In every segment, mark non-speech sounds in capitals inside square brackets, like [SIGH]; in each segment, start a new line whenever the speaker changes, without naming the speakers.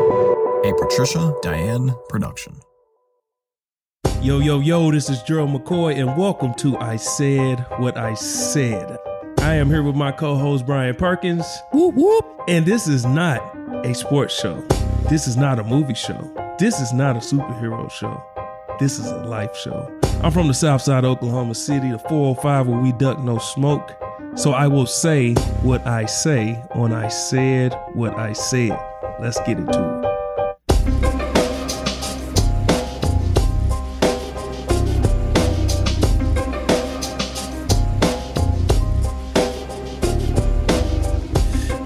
a Patricia Diane production.
Yo, yo, yo, this is Gerald McCoy, and welcome to I Said What I Said. I am here with my co host, Brian Perkins. Whoop, whoop. And this is not a sports show. This is not a movie show. This is not a superhero show. This is a life show. I'm from the south side of Oklahoma City, the 405 where we duck no smoke. So I will say what I say on I Said What I Said. Let's get into it.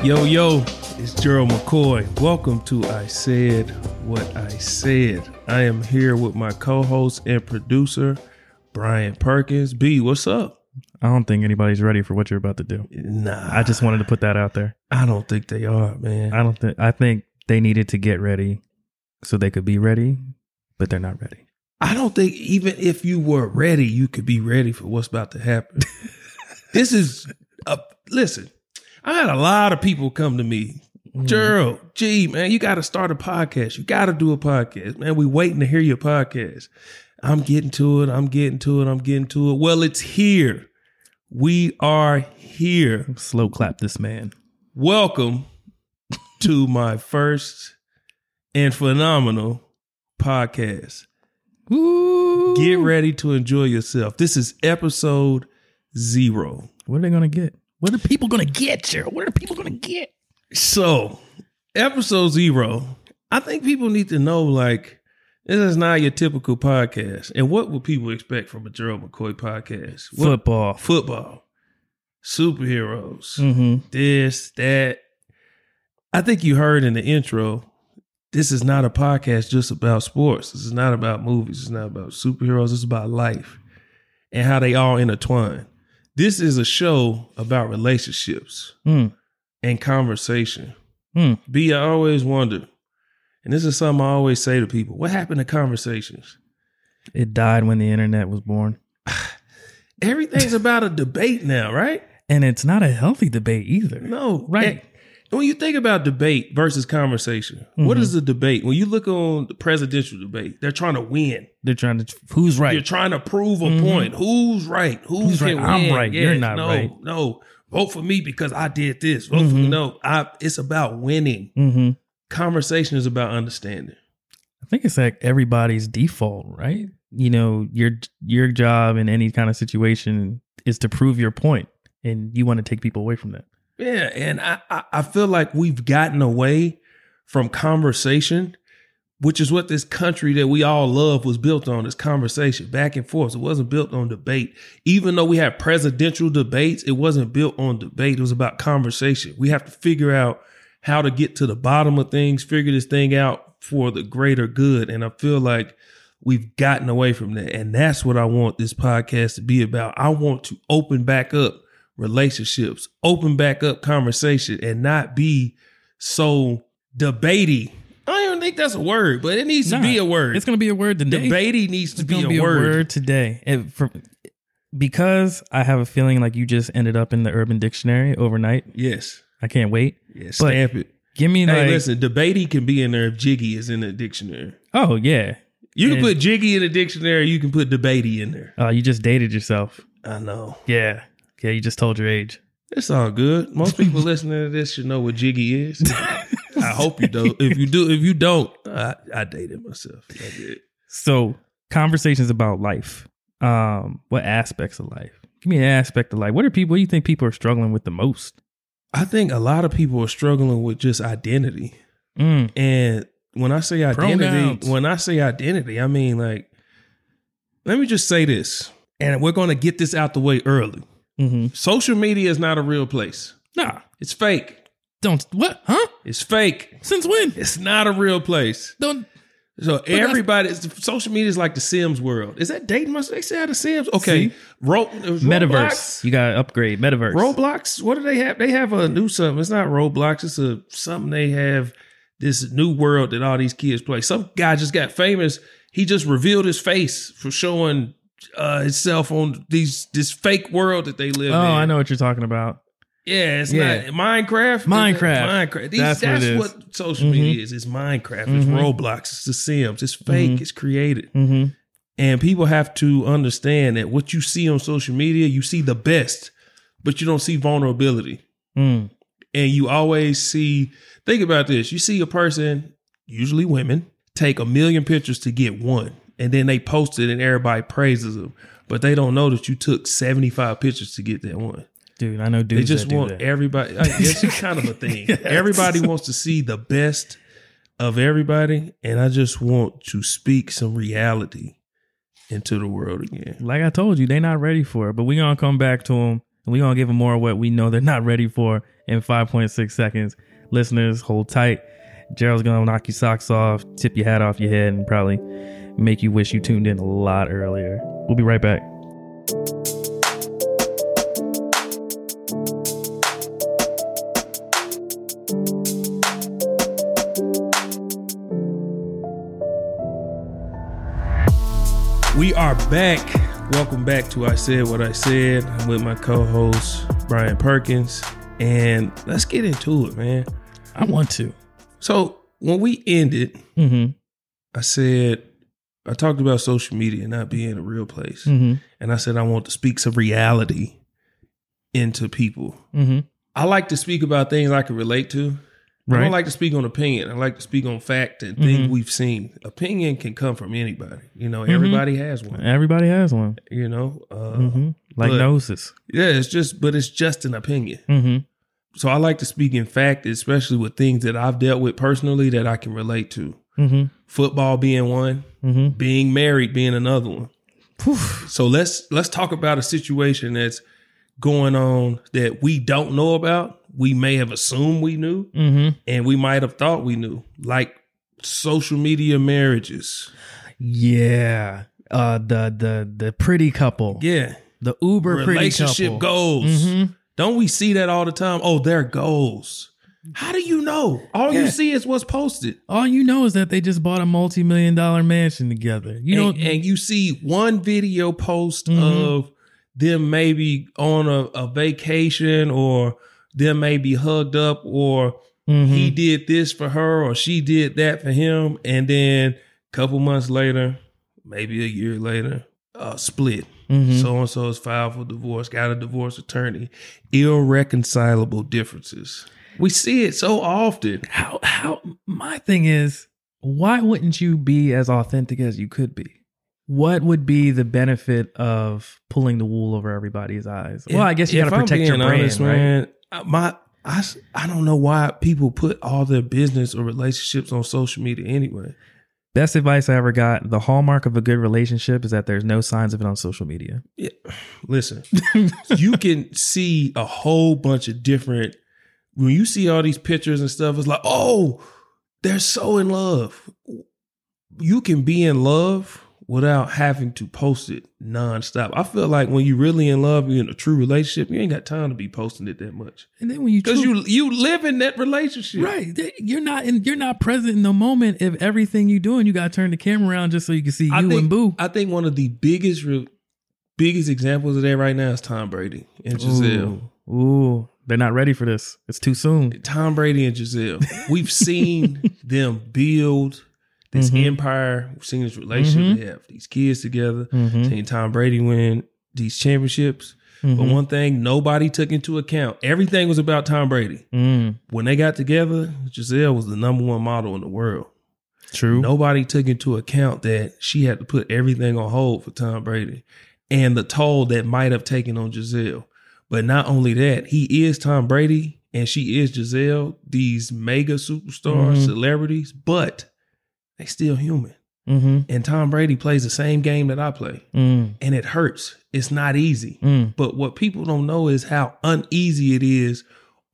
Yo, yo, it's Gerald McCoy. Welcome to I Said What I Said. I am here with my co host and producer, Brian Perkins. B, what's up?
I don't think anybody's ready for what you're about to do.
Nah,
I just wanted to put that out there.
I don't think they are, man.
I don't think I think they needed to get ready so they could be ready, but they're not ready.
I don't think even if you were ready, you could be ready for what's about to happen. this is a listen. I had a lot of people come to me. Gerald, gee, man, you got to start a podcast. You got to do a podcast, man. We waiting to hear your podcast. I'm getting to it. I'm getting to it. I'm getting to it. Well, it's here. We are here.
Slow clap this man.
Welcome to my first and phenomenal podcast. Get ready to enjoy yourself. This is episode zero.
What are they gonna get? What are people gonna get, Gerald? What are people gonna get?
So, episode zero, I think people need to know like, this is not your typical podcast. And what would people expect from a Gerald McCoy podcast? What,
Football.
football, superheroes,
Mm-hmm.
this, that. I think you heard in the intro, this is not a podcast just about sports. This is not about movies. It's not about superheroes. It's about life and how they all intertwine. This is a show about relationships
Mm.
and conversation.
Mm.
B, I always wonder, and this is something I always say to people what happened to conversations?
It died when the internet was born.
Everything's about a debate now, right?
And it's not a healthy debate either.
No,
Right.
And when you think about debate versus conversation, what
Mm-hmm.
is the debate? When you look on the presidential debate, they're trying to win.
They're trying to who's right? Mm-hmm.
You're trying to prove a point. Who's right? Who's,
Who's right?
can
I'm
win?
right. You're not
no,
right.
No, vote for me because I did this. Vote for
Mhm.
no. I, it's about winning.
mm-hmm.
Conversation is about understanding.
I think it's like everybody's default, right? You know, your your job in any kind of situation is to prove your point, and you want to take people away from that.
Yeah, and I, I I feel like we've gotten away from conversation, which is what this country that we all love was built on. Is conversation back and forth. It wasn't built on debate. Even though we had presidential debates, it wasn't built on debate. It was about conversation. We have to figure out how to get to the bottom of things, figure this thing out for the greater good. And I feel like we've gotten away from that. And that's what I want this podcast to be about. I want to open back up relationships, open back up conversation, and not be so debatey. I don't even think that's a word, but it needs
Nah,
to be a word.
It's going to be a word today.
debatey needs
It's
to be,
gonna
a, word.
today. And for- because I have a feeling like you just ended up in the Urban Dictionary overnight.
Yes.
I can't wait.
Yes.
But-
Stamp it.
Give me
Hey,
like,
listen, debatey can be in there if jiggy is in the dictionary.
oh yeah,
You can
And-
put jiggy in the dictionary, you can put debatey in there.
uh, you just dated yourself.
I know.
Yeah, yeah, you just told your age.
It's all good. Most [LAUGHS] people listening to this should know what Jiggy [LAUGHS] is. I hope you don't. If you do, if you don't, I, I dated myself. I did.
So conversations about life. Um, what aspects of life? Give me an aspect of life. What are people? What do you think people are struggling with the most?
I think a lot of people are struggling with just identity.
Mm,
And when I say identity,
Pronouns.
when I say identity, I mean like, let me just say this, and we're going to get this out the way early.
mm-hmm.
Social media is not a real place.
Nah,
It's fake.
don't. What? Huh?
It's fake.
Since when?
It's not a real place.
Don't.
So
that's-
everybody, it's- social media is like the Sims world. Is that dating myself? They say how the Sims. Okay,
See?
Ro- it was
Metaverse.
Roblox?
You gotta upgrade Metaverse.
Roblox. What do they have? They have a new something. It's not Roblox. It's a something they have. This new world that all these kids play. Some guy just got famous. He just revealed his face for showing uh, himself on these this fake world that they live
oh,
in.
I know what you're talking about.
Yeah, it's
Yeah.
not Minecraft.
Minecraft.
Minecraft. These, that's
That's what it is. Mm-hmm.
what, social media is. It's Minecraft. It's
Mhm.
Roblox. It's the Sims. It's fake.
Mhm.
It's created.
Mm-hmm.
And people have to understand that what you see on social media, you see the best, but you don't see vulnerability.
Mm.
And you always see, think about this. You see a person, usually women, take a million pictures to get one. And then they post it and everybody praises them. But they don't know that you took 75 pictures to get that one.
Dude, I know dudes.
they just
that do
want
that.
everybody.
[LAUGHS]
I guess it's kind of a thing. Everybody wants to see the best of everybody. And I just want to speak some reality into the world again.
like I told you, they're not ready for it. But we're gonna come back to them and we're gonna give them more of what we know they're not ready for in 5.6 seconds. Listeners, hold tight. Gerald's gonna knock your socks off, tip your hat off your head, and probably make you wish you tuned in a lot earlier. We'll be right back.
We are back. Welcome back to I Said What I Said. I'm with my co host, Brian Perkins. And let's get into it, man.
I want to.
So, when we ended,
Mm-hmm.
I said, I talked about social media not being a real place.
Mm-hmm.
And I said, I want to speak some reality into people.
Mm-hmm.
I like to speak about things I can relate to. I
Right. Mm-hmm.
don't like to speak on opinion. I like to speak on fact and things we've seen. Opinion can come from anybody. You know, everybody has one.
Everybody has one.
You know, uh,
Mm-hmm. Like
but-
noses.
Yeah, it's just, but it's just an opinion.
Mm-hmm.
So I like to speak in fact, especially with things that I've dealt with personally that I can relate to.
Mm-hmm.
Football being one,
Mm-hmm.
being married being another one. So let's let's talk about a situation that's going on that we don't know about. We may have assumed we knew,
Mm-hmm.
and we might have thought we knew, like social media marriages.
Yeah. Uh the the the pretty couple.
Yeah,
The Uber pretty
relationship
couple.
goals.
Mhm.
Don't we see that all the time? Oh, their goals. How do you know? All you
Yeah.
see is what's posted.
All you know is that they just bought a multi-million dollar mansion together. You
You
know,
and, and you see one video post
Mhm.
of them maybe on a, a vacation or them maybe hugged up or
Mhm.
he did this for her or she did that for him and then a couple months later maybe a year later uh split
Mhm.
so and so is filed for divorce got a divorce attorney irreconcilable differences we see it so often
how how my thing is, why wouldn't you be as authentic as you could be? What would be the benefit of pulling the wool over everybody's eyes? well, I guess you
If
got to
I'm
protect your
being
brand,
honest,
right?
man, I- My I, s- I don't know why people put all their business or relationships on social media anyway.
Best advice I ever got: the hallmark of a good relationship is that there's no signs of it on social media.
Yeah. Listen, you can see a whole bunch of different. When you see all these pictures and stuff, it's like, oh, they're so in love. You can be in love without having to post it nonstop. I feel like when you're really in love, you're in a true relationship, you ain't got time to be posting it that much
And then when you
because
truly-
you you live in that relationship,
Right, Th- you're not in. You're not present in the moment. If everything you doing, you got to turn the camera around just so you can see you
I think,
and Boo.
I think one of the biggest, re- biggest examples of that right now is Tom Brady and Giselle.
Ooh, Ooh. they're not ready for this. It's too soon.
Tom Brady and Giselle. We've seen them build this
Mhm.
empire. We've seen this relationship. They have these kids together.
Mm-hmm.
Seen Tom Brady win these championships. But one thing nobody took into account, everything was about Tom Brady.
Mm.
When they got together, Giselle was the number one model in the world.
True.
Nobody took into account that she had to put everything on hold for Tom Brady and the toll that might have taken on Giselle. But not only that, he is Tom Brady and she is Giselle, these mega superstars,
Mhm.
celebrities, but they still human.
Mm-hmm.
And Tom Brady plays the same game that I play.
Mm.
And it hurts. It's not easy.
Mm.
But what people don't know is how uneasy it is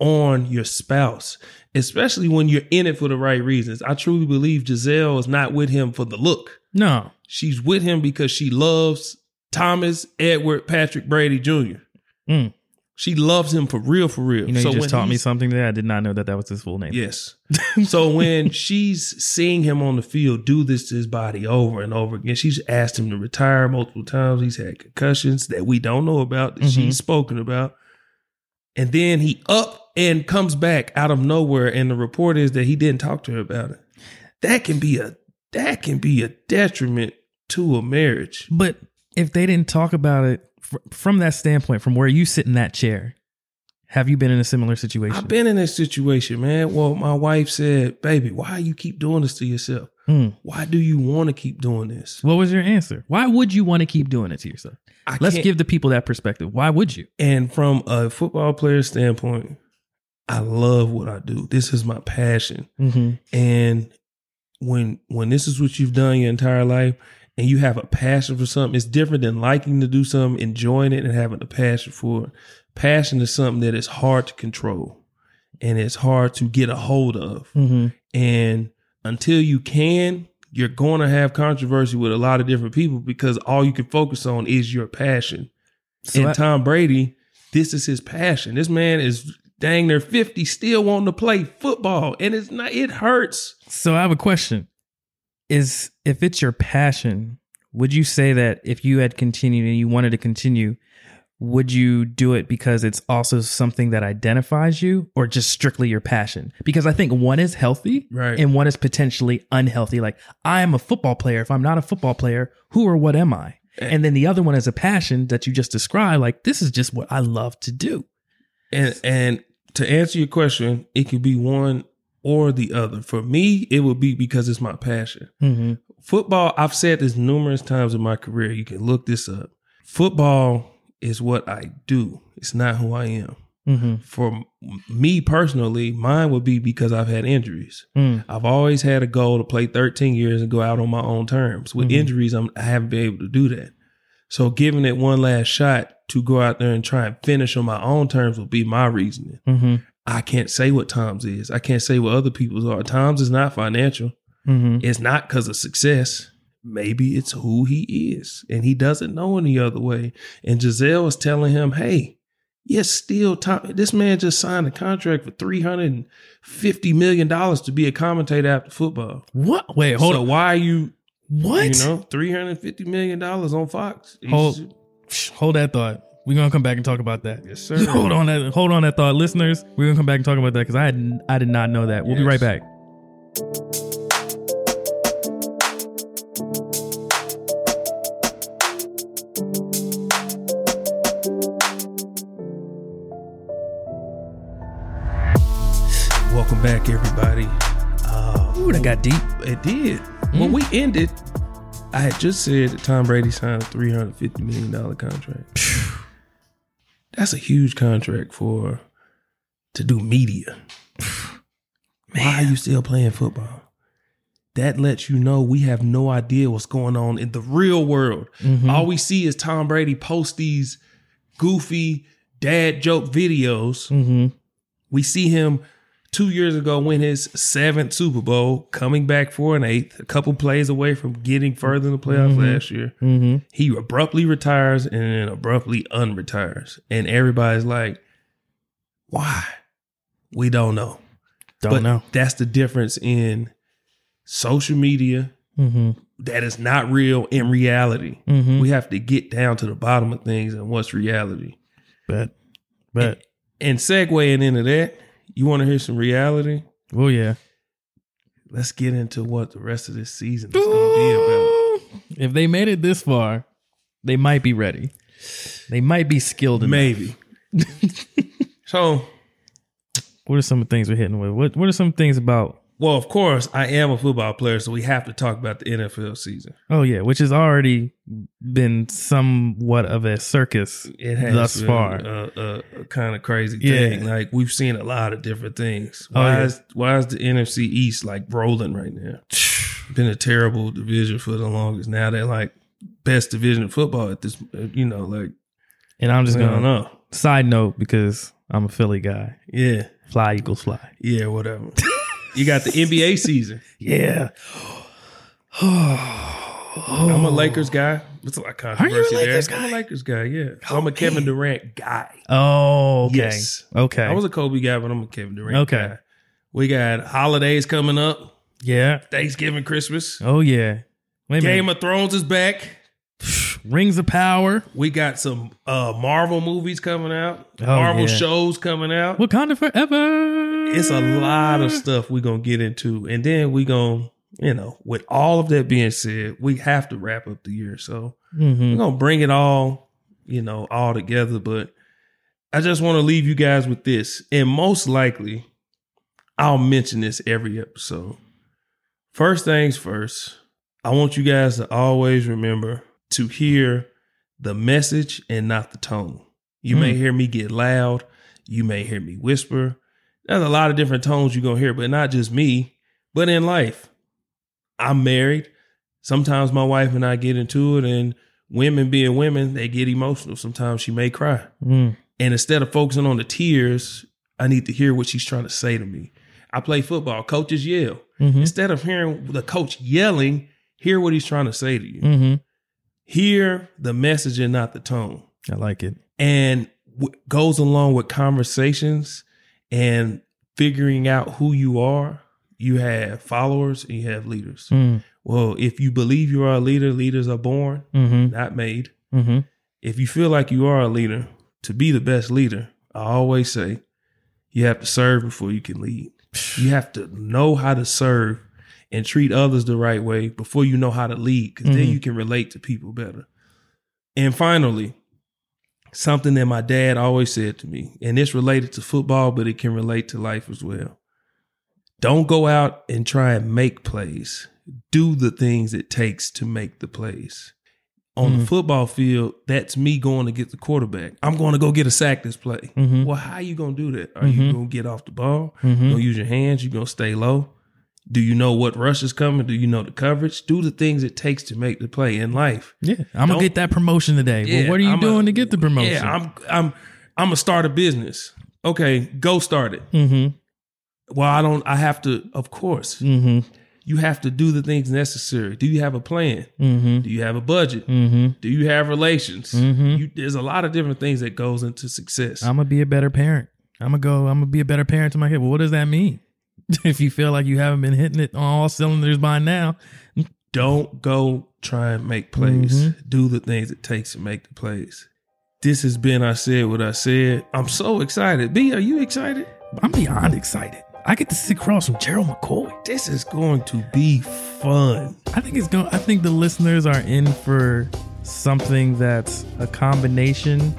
on your spouse, especially when you're in it for the right reasons. I truly believe Giselle is not with him for the look.
No.
She's with him because she loves Thomas Edward Patrick Brady Jr.
Mm.
She loves him for real, for real.
You know, you
when
just taught me
he's-
something there. I did not know that that was his full name.
Yes. so
[LAUGHS]
when she's seeing him on the field do this to his body over and over again, she's asked him to retire multiple times. He's had concussions that we don't know about that
Mhm.
she's spoken about. And then he up and comes back out of nowhere, and the report is that he didn't talk to her about it. That can be a that can be a detriment to a marriage.
But if they didn't talk about it fr- from that standpoint, from where you sit in that chair, have you been in a similar situation?
I've been in that situation, man. Well, my wife said, "Baby, why you keep doing this to yourself?
Hmm.
Why do you want to keep doing this?"
What was your answer? Why would you want to keep doing it to yourself?
I
Let's
can't-
give the people that perspective. Why would you?
And from a football player standpoint, I love what I do. This is my passion.
Mm-hmm.
And when when this is what you've done your entire life and you have a passion for something, it's different than liking to do something, enjoying it and having a passion for it. Passion is something that is hard to control and it's hard to get a hold of.
Mm-hmm.
And until you can, you're going to have controversy with a lot of different people because all you can focus on is your passion
So
and
I-
Tom Brady, this is his passion. This man is dang near 50, still wanting to play football. And it's not it hurts.
So I have a question. Is if it's your passion, would you say that if you had continued and you wanted to continue, would you do it because it's also something that identifies you or just strictly your passion? Because I think one is healthy
Right.
and one is potentially unhealthy. Like I am a football player. If I'm not a football player, who or what am I? And then the other one is a passion that you just described. Like this is just what I love to do.
And and to answer your question, it could be one or the other. For me, it would be because it's my passion.
Mm-hmm.
Football, I've said this numerous times in my career. You can look this up. Football is what I do. It's not who I am.
Mm-hmm.
For m- me personally, mine would be because I've had injuries.
Mm.
I've always had a goal to play 13 years and go out on my own terms. With
Mhm.
injuries, I'm, I haven't been able to do that. So, giving it one last shot to go out there and try and finish on my own terms will be my reasoning.
Mm-hmm.
I can't say what Tom's is. I can't say what other people's are. Tom's is not financial.
Mm-hmm.
It's not because of success. Maybe it's who he is, and he doesn't know any other way. And Giselle is telling him, "Hey, you're still Tom. This man just signed a contract for three hundred and fifty million dollars to be a commentator after football.
What? Wait, hold
so
on.
why are you,
What?
you know, three hundred fifty million dollars on Fox? You
Hold-
should-
Psh, Hold that thought. We're gonna come back and talk about that.
yes, sir.
[LAUGHS] Hold on that. Hold on that thought, listeners. We're gonna come back and talk about that because I had, I did not know that. We'll be right
Yes.
back.
Welcome back, everybody. Uh,
Ooh, that got deep. Mm.
It did. When we ended, I had just said that Tom Brady signed a three hundred fifty million dollar
[SIGHS]
contract. That's a huge contract for to do media. [SIGHS] Why are you still playing football? That lets you know we have no idea what's going on in the real world.
Mm-hmm.
All we see is Tom Brady post these goofy dad joke videos.
Mm-hmm.
We see him two years ago win his seventh Super Bowl, coming back for an eighth, a couple plays away from getting further in the playoffs last year.
Mm-hmm.
He abruptly retires and then abruptly unretires. And everybody's like, why? We don't know.
Don't
but
know.
that's the difference in social media
Mm-hmm.
that is not real in reality.
Mm-hmm.
We have to get down to the bottom of things and what's reality.
But, but,
And segueing into that, you want to hear some reality?
oh yeah.
let's get into what the rest of this season is going to be about.
If they made it this far, they might be ready. They might be skilled. Enough.
Maybe. [LAUGHS] so,
What are some of the things we're hitting with? What What are some things about?
well, of course, I am a football player, so we have to talk about the NFL season.
Oh yeah, which has already been somewhat of a circus
It has
thus
been
far.
a, a, a kind of crazy
Yeah.
thing. Like we've seen a lot of different things.
Oh,
Why
yeah.
is why is the NFC East like rolling right now? Been a terrible division for the longest. Now they're like best division of football at this. uh, You know, like
And I'm just
just going
gonna
know.
side note because I'm a Philly guy.
Yeah,
Fly Eagles fly.
yeah, whatever. [LAUGHS] you got the NBA season.
Yeah. [SIGHS]
I'm
Oh.
a Lakers guy. It's a lot of controversy
Lakers
there.
guy?
I'm a Lakers guy. Yeah, I'm a Kevin Durant guy.
Oh, okay.
Yes.
Okay.
I was a Kobe guy, but I'm a Kevin Durant.
Okay.
guy. we got holidays coming up.
yeah.
Thanksgiving, Christmas.
Oh yeah. Wait a
Game
minute.
of Thrones is back.
[SIGHS] Rings of Power.
We got some uh, Marvel movies coming out,
Oh,
Marvel
yeah.
shows coming out.
Wakanda Forever.
It's a lot of stuff we're going to get into. And then we going to, you know, with all of that being said, we have to wrap up the year. So
Mhm.
we're going to bring it all, you know, all together. But I just want to leave you guys with this. And most likely, I'll mention this every episode. First things first, I want you guys to always remember to hear the message and not the tone. You may
Mm.
hear me get loud, you may hear me whisper. There's a lot of different tones you're going to hear, but not just me, but in life. I'm married. Sometimes my wife and I get into it, and women being women, they get emotional. Sometimes she may cry.
Mm.
And instead of focusing on the tears, I need to hear what she's trying to say to me. I play football, coaches yell.
Mhm.
Instead of hearing the coach yelling, hear what he's trying to say to you.
Mhm.
Hear the message and not the tone.
I like it.
And what goes along with conversations and figuring out who you are, you have followers and you have leaders.
Mm.
Well, if you believe you are a leader, leaders are born,
Mhm.
not made
Mhm.
if you feel like you are a leader, to be the best leader, I always say you have to serve before you can lead. You have to know how to serve and treat others the right way before you know how to lead, because then
Mhm.
you can relate to people better. And finally, something that my dad always said to me, and it's related to football, but it can relate to life as well. Don't go out and try and make plays. Do the things it takes to make the plays. On the
Mhm.
football field, that's me going to get the quarterback. I'm going to go get a sack this play.
Mhm.
Well, how you going to do that? Are
Mhm.
you going to get off the ball? You
Mhm.
gonna use your hands. You gonna stay low. Do you know what rush is coming? Do you know the coverage? Do the things it takes to make the play in life.
Yeah, I'm
Don't-
gonna get that promotion today.
Yeah,
well, what are you
I'm a-
doing to get the promotion?
Yeah, I'm I'm I'm gonna start a business. Okay, go start it.
Mm-hmm.
Well, I don't. I have to. Of course,
Mm-hmm.
you have to do the things necessary. Do you have a plan?
Mm-hmm.
Do you have a budget?
Mm-hmm.
Do you have relations?
Mhm.
You, there's a lot of different things that goes into success.
I'm gonna be a better parent. I'm gonna go. I'm gonna be a better parent to my kid. Well, what does that mean? [LAUGHS] if you feel like you haven't been hitting it on all cylinders by now,
Don't go try and make plays. Do the things it takes to make the plays. This has been I Said What I Said. I'm so excited. B, are you excited?
I'm beyond excited. I get to sit across from Gerald McCoy.
This is going to be fun.
I think it's going. I think the listeners are in for something that's a combination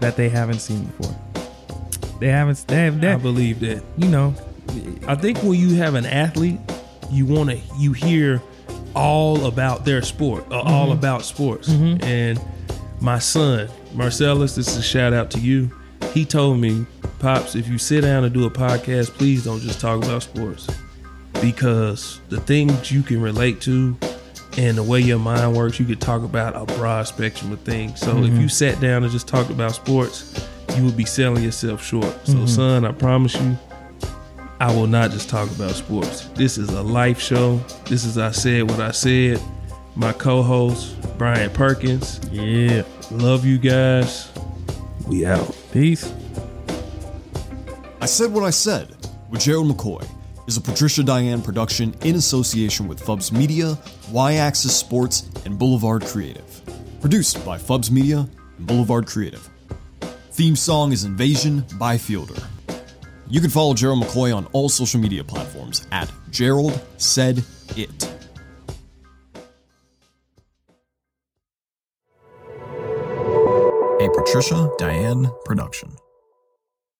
that they haven't seen before. They haven't. They have.
I
They,
believe that.
you know.
I think when you have an athlete, you want to you hear all about their sport, uh, all about sports. And my son Marcellus, this is a shout out to you. He told me, "Pops, if you sit down and do a podcast, please don't just talk about sports, because the things you can relate to." And the way your mind works, you could talk about a broad spectrum of things. So if you sat down and just talked about sports, you would be selling yourself short. So, son, I promise you, I will not just talk about sports. This is a life show. This is I Said What I Said. My co host, Brian Perkins.
Yeah.
Love you guys. We out.
Peace.
I Said What I Said with Gerald McCoy is a Patricia Diane production in association with Fubs Media, Y Axis Sports, and Boulevard Creative. Produced by Fubs Media and Boulevard Creative. Theme song is Invasion by Fielder. You can follow Gerald McCoy on all social media platforms at Gerald Said It.
A Patricia Diane production.